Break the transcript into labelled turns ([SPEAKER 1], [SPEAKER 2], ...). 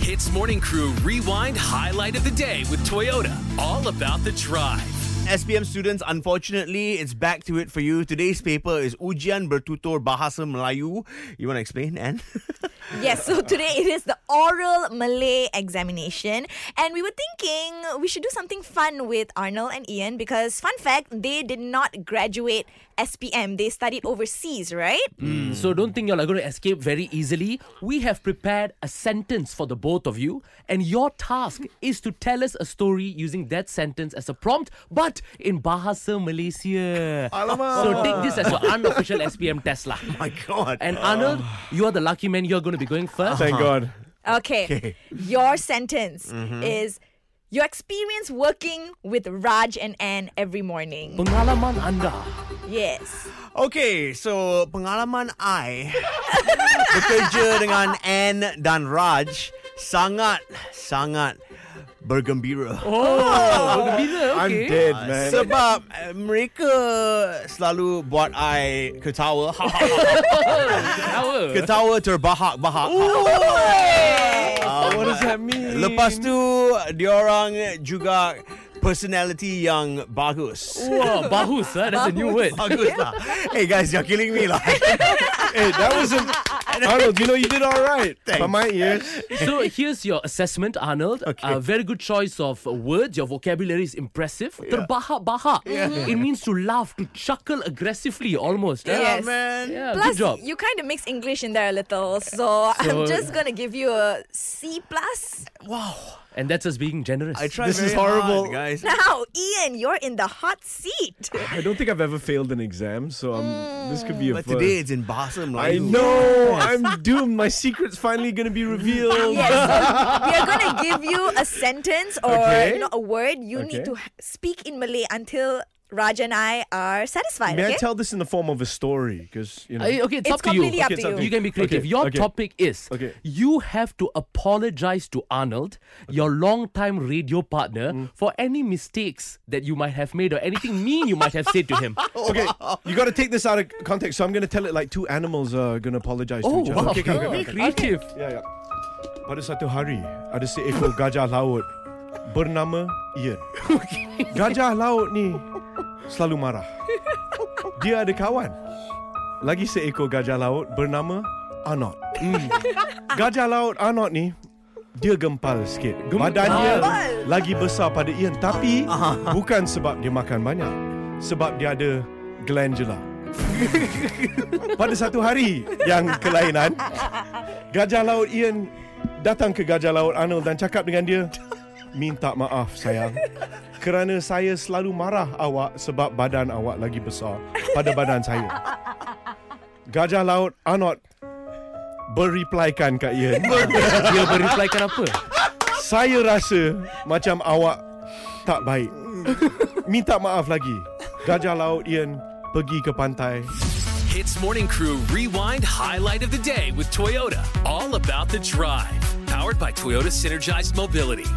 [SPEAKER 1] Hits Morning Crew Rewind Highlight of the Day with Toyota. All about the drive.
[SPEAKER 2] SPM students, unfortunately, it's back to it for you. Today's paper is Ujian Bertutur Bahasa Melayu. You want to explain, Anne?
[SPEAKER 3] Yes, so today it is the oral Malay examination. And we were thinking we should do something fun with Arnold and Ian because, fun fact, they did not graduate SPM. They studied overseas, right?
[SPEAKER 4] Mm, So don't think you're going to escape very easily. We have prepared a sentence for the both of you, and your task is to tell us a story using that sentence as a prompt, but in Bahasa Malaysia. So take this as your unofficial SPM test lah.
[SPEAKER 2] Oh My God. Uh-huh.
[SPEAKER 4] And Arnold, you are the lucky man. You're going to be going first.
[SPEAKER 5] Thank God.
[SPEAKER 3] Okay. Your sentence
[SPEAKER 4] Mm-hmm.
[SPEAKER 3] is your experience working with Raj and Anne every morning.
[SPEAKER 4] Pengalaman anda.
[SPEAKER 3] Yes.
[SPEAKER 2] Okay, so pengalaman I bekerja dengan Anne dan Raj sangat sangat bergembira. Uh,
[SPEAKER 4] Oh, gembira.
[SPEAKER 5] I'm
[SPEAKER 4] Okay.
[SPEAKER 5] dead, man.
[SPEAKER 2] Sebab eh, mereka selalu buat I ketawa.
[SPEAKER 4] Ketawa.
[SPEAKER 2] ketawa terbahak-bahak. Ah,
[SPEAKER 5] what does that mean?
[SPEAKER 2] Lepas tu diorang juga personality yang bagus.
[SPEAKER 4] Wow, bahus. ah. That's a new word.
[SPEAKER 2] Bagus lah. Hey guys, you're killing me lah.
[SPEAKER 5] hey, that wasn't. Arnold, you know you did all right. By my ears.
[SPEAKER 4] So here's your assessment, Arnold. Uh, very good choice of words. Your vocabulary is impressive. Terbahak-bahak. It means to laugh, to chuckle aggressively almost. eh?
[SPEAKER 3] Yes.
[SPEAKER 2] man.
[SPEAKER 4] Yeah,
[SPEAKER 3] Plus,
[SPEAKER 4] good job.
[SPEAKER 3] you kind of mix English in there a little, so, I'm
[SPEAKER 4] So-
[SPEAKER 3] just gonna give you a C plus.
[SPEAKER 4] And that's us being generous.
[SPEAKER 2] I tried
[SPEAKER 5] This is
[SPEAKER 2] very hard,
[SPEAKER 5] horrible.
[SPEAKER 2] guys.
[SPEAKER 3] Now, Ian, you're in the hot seat.
[SPEAKER 5] I don't think I've ever failed an exam, so I'm, this could be a
[SPEAKER 2] But
[SPEAKER 5] first.
[SPEAKER 2] today it's in Bahasa
[SPEAKER 5] I
[SPEAKER 2] Melayu.
[SPEAKER 5] know. I'm doomed. My secret's finally gonna be revealed.
[SPEAKER 3] Yes, so we are going to give you a sentence or you
[SPEAKER 5] Okay.
[SPEAKER 3] know, a word. You need to
[SPEAKER 5] Okay.
[SPEAKER 3] h- speak in Malay until Raj and I are satisfied.
[SPEAKER 5] May
[SPEAKER 3] okay?
[SPEAKER 5] I tell this in the form of a story? Because you know.
[SPEAKER 4] Uh, okay, it's,
[SPEAKER 3] It's
[SPEAKER 4] up to you.
[SPEAKER 3] completely up
[SPEAKER 5] Okay, to it's up you. to
[SPEAKER 4] You can be creative.
[SPEAKER 5] Okay,
[SPEAKER 4] Your
[SPEAKER 5] okay.
[SPEAKER 4] topic is
[SPEAKER 5] Okay.
[SPEAKER 4] you have to apologize to Arnold, your longtime radio partner,
[SPEAKER 5] Mm.
[SPEAKER 4] for any mistakes that you might have made or anything mean you might have said to him.
[SPEAKER 5] Okay, you got to take this out of context. So I'm gonna tell it like two animals are gonna apologize to
[SPEAKER 4] Oh,
[SPEAKER 5] each
[SPEAKER 4] wow.
[SPEAKER 5] other. Okay, okay, okay,
[SPEAKER 4] Very
[SPEAKER 5] okay.
[SPEAKER 4] creative.
[SPEAKER 5] Ya, ya. Pada satu hari, ada seekor gajah laut bernama Ian. Gajah laut ni selalu marah. Dia ada kawan. Lagi seekor gajah laut bernama Arnott. Gajah laut Arnott ni dia gempal sikit. Badannya
[SPEAKER 3] Gempal.
[SPEAKER 5] lagi besar pada Ian tapi bukan sebab dia makan banyak. Sebab dia ada glandular. Pada satu hari yang kelainan, Gajah Laut Ian datang ke Gajah Laut Arnold dan cakap dengan dia, "Minta maaf sayang. Kerana saya selalu marah awak sebab badan awak lagi besar pada badan saya." Gajah Laut Arnold beriplaikan kat Ian,
[SPEAKER 4] Dia berreplikan apa?
[SPEAKER 5] "Saya rasa macam awak tak baik. Minta maaf lagi." Gajah Laut Ian pergi ke pantai
[SPEAKER 1] Hits Morning Crew Rewind Highlight of the Day with Toyota. All about the drive. Powered by Toyota Synergized Mobility.